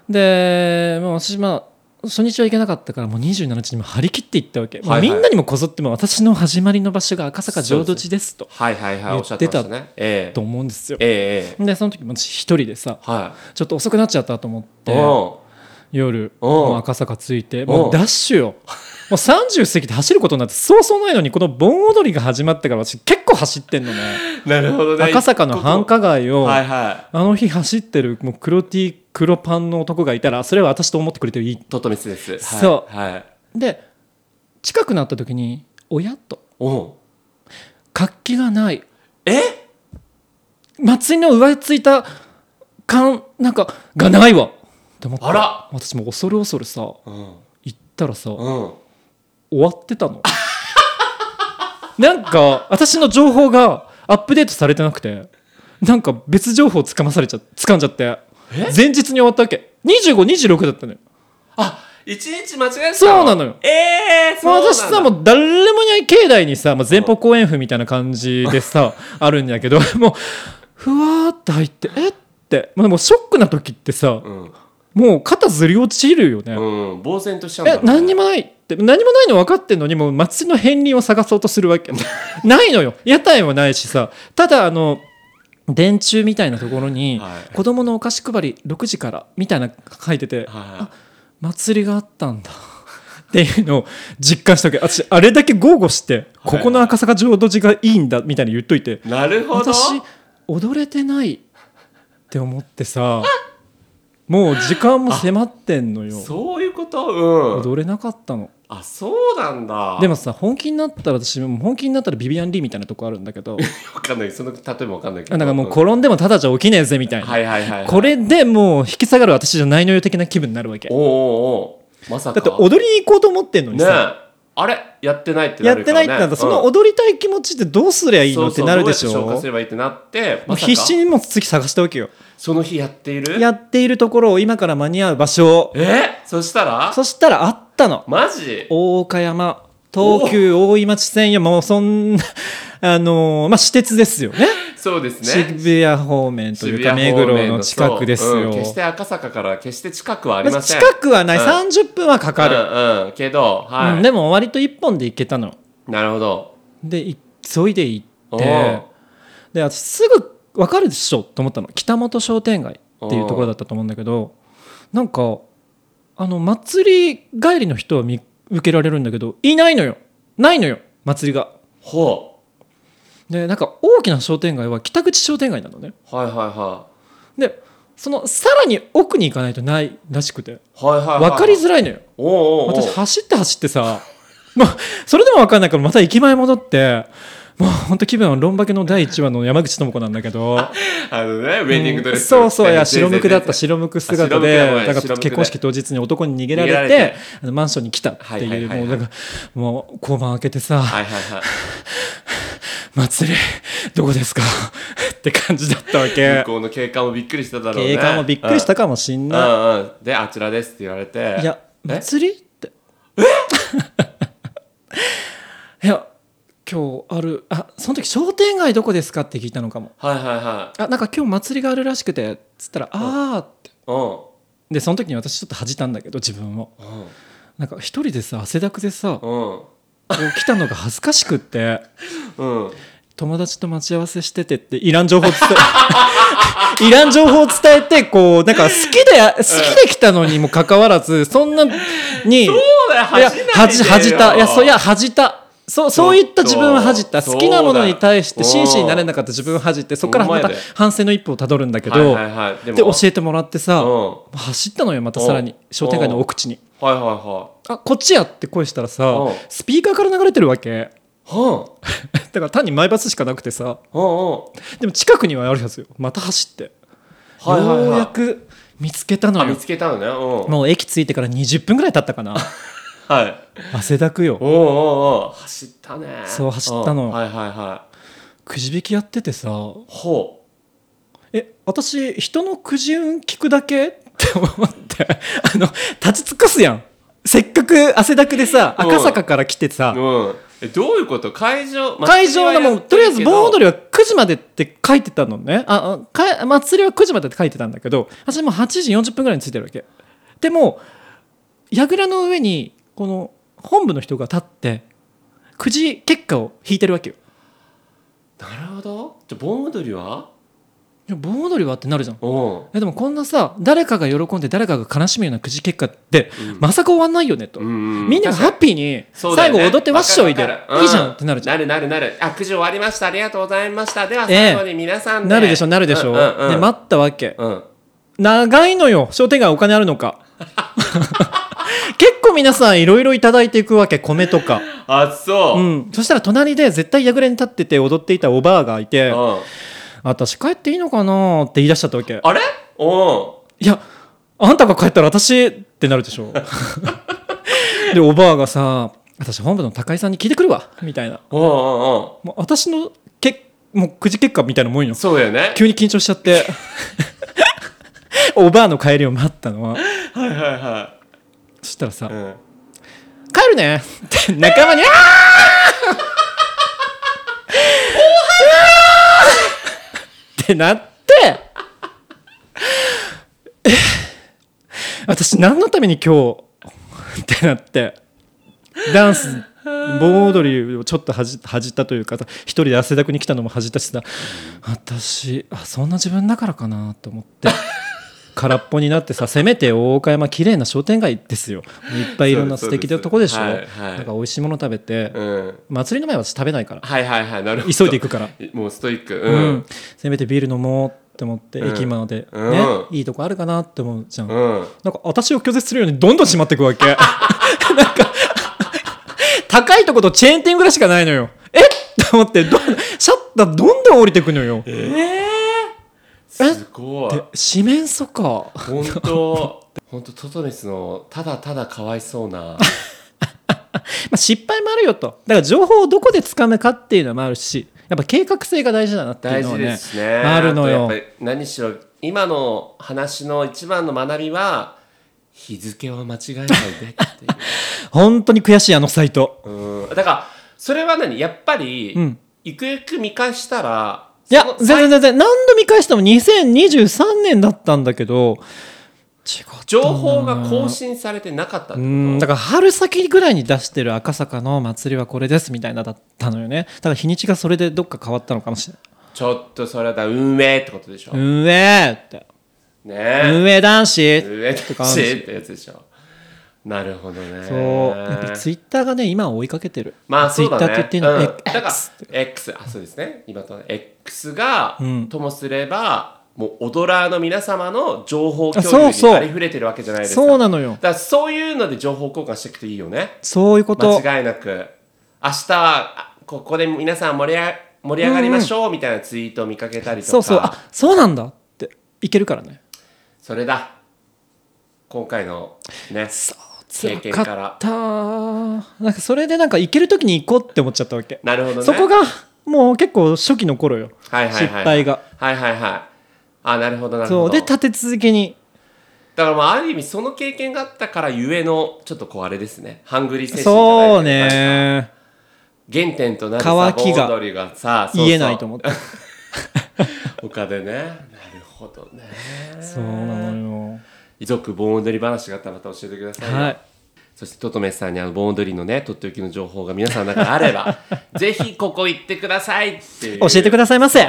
で、まあ、私まあ初日は行けなかったからもう27日にも張り切って行ったわけ、まあ
はいはい
みんなにもこぞっても私の始まりの場所が赤坂浄土寺ですと
うはいはいはいおっしゃってましたねええ
と思うんですよ
えええ
でその時も私一人でさ
えは
ちょっと遅くなっちゃったと思っ
い
て
お
夜
お
もう赤坂着いて
お
も
う
うダッシュよもう30過ぎて走ることになってそうそうないのにこの盆踊りが始まってから私結構走ってんのね
うなるほどね
赤坂の繁華街を
はいは
あの日走ってるもう黒 T 黒パンの男がいたらそれは私と思ってくれていい
いトトミスです、はい、
そう
はい
で近くなった時に「おや?」と
おう
「活気がない
え」
祭りの上ついた感なんかがないわって思って
あら
私も恐る恐るさ
うん
行ったらさ
うん
終わってたの [LAUGHS] なんか私の情報がアップデートされてなくてなんか別情報をつかまされちゃ掴んじゃって前日に終わったわけ2526だったのよ
あ一日間違えてた
そうなのよ
ええそう
まあ、
なんだ
私さもう誰もいない境内にさ、まあ、前方後円墳みたいな感じで
[LAUGHS]
さあるんだけどもうふわーって入ってえって、まあ、でもショックな時ってさ
うん
もう肩ずり落ちるよね、
うん呆然としちゃうんだ
え
ろうね
何にもないって何もないの分かってんのにもう祭りの片鱗を探そうとするわけ [LAUGHS] ないのよ屋台もないしさただあの電柱みたいなところに
はい
子供のお菓子配り6時からみたいな書いてて
は
祭りがあったんだ [LAUGHS] っていうのを実感したわけ私あれだけ豪語して
はい
ここの赤坂浄土寺がいいんだみたいに言っといて
いなるほど
私終踊れてないって思ってさもう時間も迫ってんのよ
そういうことうん
踊れなかったの
あそうなんだ
でもさ本気になったら私もう本気になったらビビアン・リーみたいなとこあるんだ
[LAUGHS]
けど
わかんないその例えばわかんないけ
な
ど
んかもう転んでもただじゃ起きねえぜみたいな、
はいはいはいはい
これでもう引き下がる私じゃないのよ的な気分になるわけ
おうおうおうまさ
だ
か
って踊りに行こうと思ってんのに
ねえ
さ、
あれやってないってな
や
る
って
か
な
ら、
い
ね、
ってなったらその
うん
踊りたい気持ちってどうすりゃいいのってなるでしょ
そうそうどうやって消化すればいいってなって
もう
まさか
必死にもう次探したわけよ
その日やっている
やっているところを今から間に合う場所を
えそしたら
そしたらあったの
マジ
大岡山東急大井町線やもうそんな [LAUGHS] あのーまあ私鉄ですよね
そうですね
渋谷方面というか目
方面
黒の近くです
そうう
よ、
ん決して赤坂から決して近くはありません、
近くはない、
うん
30分はかかる、
うんうんけどはい、
うんでも割と1本で行けたの
なるほど
でい急いで行
お
っ
う
てで私すぐ分かるでしょと思ったの北本商店街っていうところだったと思うんだけどなんかあの祭り帰りの人は見受けられるんだけどいないのよないのよ祭りが
ほ
でなんか大きな商店街は北口商店街なのね
うはいはいは
でそのさらに奥に行かないとないらしくて
いはいはいはい
分かりづらいのよ
おうおうおう
私走って走ってさまあそれでも分かんないからまた駅前戻ってもうほんと気分はロンバケの第1話の山口智子なんだけど
あのねウェディングドレス着て、
そうそういや白無垢だった
し
白無垢姿
あ白無垢だご
で
めん
だか
白無垢
ら
だ
結婚式当日に男に逃げら
逃げら
れ
れ
て
て
あのマンションに来たって
はいはい
いう
はいは
も
いう
だからもう交番開けてさ
はいはいはい
「祭りどこですか? 」 [LAUGHS] って感じだったわけ
向。こうの警官もびっくりしただろうね
警官もびっくりしたかもしん
うん、
な
うんうんであちらですって言われて
い。いや、
え
祭りって。 [LAUGHS] いや、今日ある、あ、その時商店街どこですかって聞いたのかも。
はいはいは
あ、なんか今日祭りがあるらしくて、つったら、あーって。
い
で、その時に私ちょっと恥じたんだけど、自分を。なんか一人でさ、汗だくでさ、こ
うんうん
う来たのが恥ずかしくって、
うん、うん、
友達と待ち合わせしててって、いらん情報伝え、い [LAUGHS] らん情報を伝えて、こう、なんか好きで、好きで来たのにもかかわらず、そんなに、
そうだよ
いや
恥じ
恥
ないでよ
恥じたいやそういや恥じたそうそういった自分は恥じた
そう
好きなものに対して
そう
真
だ
摯になれなかった自分は恥じてそこから
ほん
ま
まや
た
で
反省の一歩をたどるんだけど、
はいはいはい、で
で教えてもらってさ、
うん
走ったのよまたさら
う
に
ん
商店街の奥地に
はいはいは
「あこっちや」って声したらさ
うん
スピーカーから流れてるわけ [LAUGHS]
いはあ
だから単にマイバスしかなくてさ
うんうん
でも近くにはあるはずよまた走って、
はいはいはい
ようやく見つけたの
あ見
よ
つけたのねうん
もう駅着いてから20分ぐらい経ったか
[LAUGHS]
な
はい
汗だくよ
おうおうおう走ったね
そう走ったの
うんはいはいはい
くじ引きやっててさ
ほ
え私人のくじ運聞くだけって思ってあの立ち尽くすやんせっかく汗だくでさ
うん
赤坂から来てさ
ううんえどういうこと会場
会場がもうとりあえず盆踊
り
りは9時までって書いてたのねああか祭りは9時までって書いてたんだけど私もう8時40分ぐらいに着いてるわけでも櫓の上にこの本部の人が立ってくじ結果を引いてるわけよ
なるほどじゃあ盆踊りはい
や盆踊りはってなるじゃん
うん
えでもこんなさ誰かが喜んで誰かが悲しむようなくじ結果って、まさか終わんないよねと、
うんうん
みんながハッピーに
そうだ
最
よね
後踊ってワッショイで、
わかるわか
いいじゃんってなるじゃん、
なるなるなるあ9時終わりましたありがとうございましたでは
ええ
最後に皆さんで、
なるでしょなるでしょ、
うんうんうん
で待ったわけ、
うん
長いのよ商店街お金あるのか結構皆さんいろいろいただいていくわけ米と [LAUGHS] か、
あそうう、
ん、そしたら隣で絶対櫓に立ってて踊っていたおばあがいて
うん
私帰っていいのかなって言い出しちゃったわけ
あれうん
いやあんたが帰ったら私ってなるでし [LAUGHS] ょでおばあがさ「私本部の高井さんに聞いてくるわ」みたいな
うんうんうん
もう私のけもうくじ結果みたいなもんよ
そうよね
急に緊張しちゃって [LAUGHS] おばあの帰りを待ったのは
はいはいは
そしたらさ「
い、うん
帰るね」って仲間に「あー!」ってなってえ私何のために今日ってなってダンス盆踊りをちょっと恥じ恥じったというか一人で汗だくに来たのも恥じたしさ私あそんな自分だからかなと思って空っぽになってさせめて大岡山綺麗な商店街ですよいっぱいいろんな素敵なとこでしょ、
そうですはいはい
なんか美味しいもの食べて、
うん。
祭りの前は私食べないから
はいはいはい、なるほど。
急いで行くから
もうストイック。
う、
うんん。
せめてビール飲もうって思って、
うん
駅まで、
うん
ねいいとこあるかなって思うじゃん、
うん。
なんか私を拒絶するようにどんどん閉まっていくわ
[LAUGHS]
けなんか高いとことチェーン店ぐらいしかないのよえっと思ってどんシャッターどんどん降りてくのよ
ええすごい
で。四面楚歌
本当本当トトリスのただただかわいそ
[LAUGHS]
うな
まあ、失敗もあるよとだから情報をどこでつかむかっていうのもあるしやっぱ計画性が大事だなっていう
大
のは
事
ね
ですね
あるのよ
あとやっぱり何しろ今の話の一番の学びは日付は間違えないでってい
本当に悔しいあのサイト [LAUGHS]
う、うん、だからそれは何やっぱり、
うん
ゆくゆく見返したら
いや
その
全然全然何度見返しても2023年だったんだけど違う
情報が更新されてなかったってこと
うんだから春先ぐらいに出してる赤坂の祭りはこれですみたいなだったのよねだから日にちがそれでどっか変わったのかもしれない
ちょっとそれは運営ってことでしょ、ね
運営って
え
運営男子
運営って
とかあるし
ってやつでしょなるほどね
そうやっぱりツイッターがね今追いかけてる
まあ
ツ
そ
イ
う
ッ
だね。
ターって言ってんの、
うん、
X
だから X あそうですね。今とね X が、
うん
ともすればもうオドラーの皆様の情報共
あそ
有
うそう
にありふれてるわけじゃないですか。
そうなのよ
だからそういうので情報交換していくといいよね。
そういうこと
間違いなく明日はあここで皆さん盛りあ盛り上がりましょうみたいなツイートを見かけたりとか。
そうそうあそうなんだっていけるからね
それだ。今回のね。
辛
経験
か
か
っ
ら
たなんかそれでなんか行ける時に行こうって思っちゃったわけ、
なるほどね。
そこがもう結構初期の頃よ、
はいはいはい、
失敗が。
はいはいはい。あなるほどなる
そ
ほど。
うで立て続けに
だからまあある意味その経験があったからゆえのちょっとこうあれですねハングリー精神じゃないけど
そうね
原点となるさ
渇きが
盆踊りがさそうそう
言えないと
[LAUGHS]
思って
他でねなるほどね
そうなのよ
遺族盆踊り話があったらまた教えてください、
はい、
そしてトトメスさんにあの盆踊りのねとっておきの情報が皆さんの中にあ
[LAUGHS]
ればぜひここ行ってくださいっていう
教えてくださいませ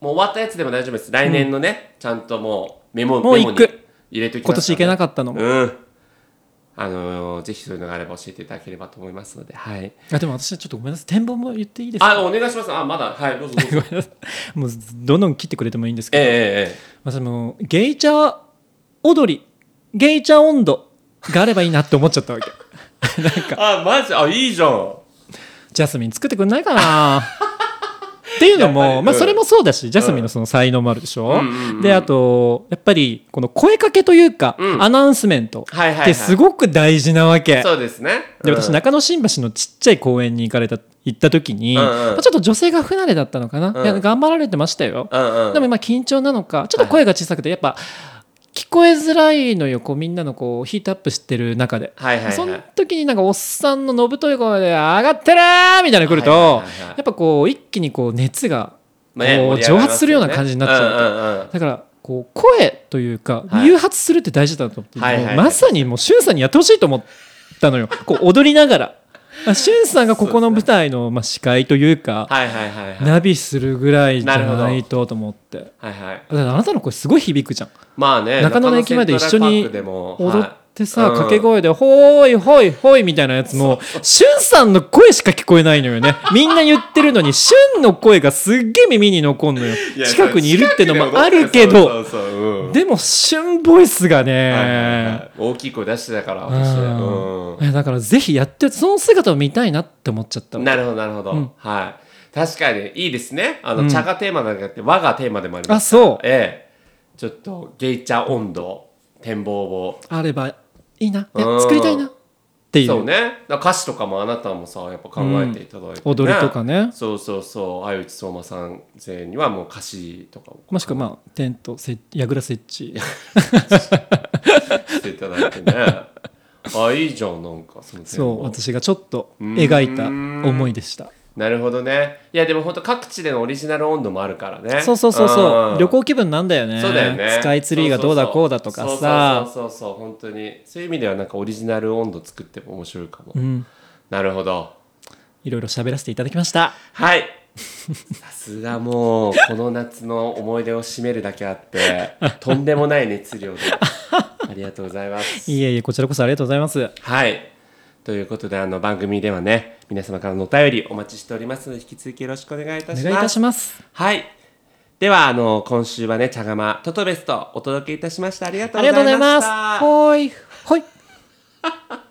もう終わったやつでも大丈夫です来年のね、ちゃんともうメモ
もう
メモ
行
に
く
入れておき
今
ます
年行けなかったのも、
うん。あのーぜひそういうのがあれば教えていただければと思いますので、はい。
あでも私ちょっとごめんなさい展望も言っていいですか
あ、お願いします。あ、まだ、はい、どうぞどうぞ。
[LAUGHS] もうどんどん切ってくれてもいいんですけど、
ええ
まあ、そのゲイチャー踊りゲイチャー温度があればいいなって思っちゃったわ
[LAUGHS]
け
ええ。あ、マジ、あ、いいじゃん。
ジャスミン作ってくんないかなっていうの
やっぱ
も、
り
まあ、
うん
それもそうだしジャスミンのその才能もあるでしょ、
うんうんうん
であとやっぱりこの声かけというか、
うん
アナウンスメント
はいはいはい
ってすごく大事なわけ、
そうですね。
で私
うん
中野新橋のちっちゃい公園に行かれた行った時に、
うんうん
まあちょっと女性が不慣れだったのかな、
うん
いや頑張られてましたよ、
うんうん。
でも今緊張なのかちょっと声が小さくてやっぱ聞こえづらいのよこうみんなのこうヒートアップしてる中で、
はいはいはい
その時になんかおっさんののぶとい声で「上がってる!」みたいなの来ると、
はいはいはいはい
やっぱこう一気にこう熱がこう、
ね盛り上がります
蒸発するような感じになっちゃうわけ、
うんうんうん
だからこう声というか
はい
誘発するって大事だと思って、
はいはいはい
もうまさにもうしゅんさんにやってほしいと思ったの
[LAUGHS]
よこう踊りながらあしゅんさんがここの舞台の、まあ、司会というか、
はいはいはいはい。
ナビするぐらいじゃないとと思ってだ
はいはい。
からあなたの声すごい響くじゃん
まあね、
中野の駅まで一緒に
中野セントラルパークでも
踊
は
っ
い
てさ
うん
掛け声で「ほーいほいほい」みたいなやつもしゅんさんの声しか聞こえないの
[LAUGHS]
よねみんな言ってるのにしゅんの声がすっげえ耳に残んのよ
いや
近くにいるっての
近く
も
で踊
あるけ
そ
ど
うそうそううん
でもしゅんボイスが
はいはいは
ね
い大きい声出してたから、
う
私。
ん
う
い
ん
やだからぜひやってその姿を見たいなって思っちゃったわ
なるほどなるほど、
うん
はい確かにいいですねあの、
うん
茶がテーマなんかって和がテーマでもあり
あ
ます
そう
ええちょっとゲイチャ温度展望を
あればいいないうや
ん
作りたいなってい
そう
う
ねだから歌詞とかもあなたもさやっぱ考えていただいてね、
踊りとかね
そうそうそう相内相馬さん勢にはもう歌詞とかを
もしくはまあテントせやぐら設置
していただ
[LAUGHS]
いてねあいいじゃんなんかその展
そ
望
う私がちょっと描いた思いでした
なるほどねいやでも本当各地でのオリジナル温度もあるからね
そうそうそうそ
ん
う旅行気分なんだよね
そうだよね。
スカイツリーがどうだこうだとか
そう
さ
そうそうそうそうそう本当にそういう意味ではなんかオリジナル温度作っても面白いかも。
うん
なるほど。
いろいろ喋らせていただきました
はい。さすがもうこの夏の思い出を締めるだけあってとんでもない熱量でありがとうございます。
いえいえこちらこそありがとうございます
はいということであの番組ではね皆様からのお便りお待ちしておりますので引き続きよろしくお願いい
お
たし
願いいた
ます
し。ます
はい。では、あの、今週はね、茶釜、トトベスとお届けいたしました。ありがと
あ
う
り
ご
がとうご
ざ
ざ
い
い
ま
ま
し
す
た。
ほいほい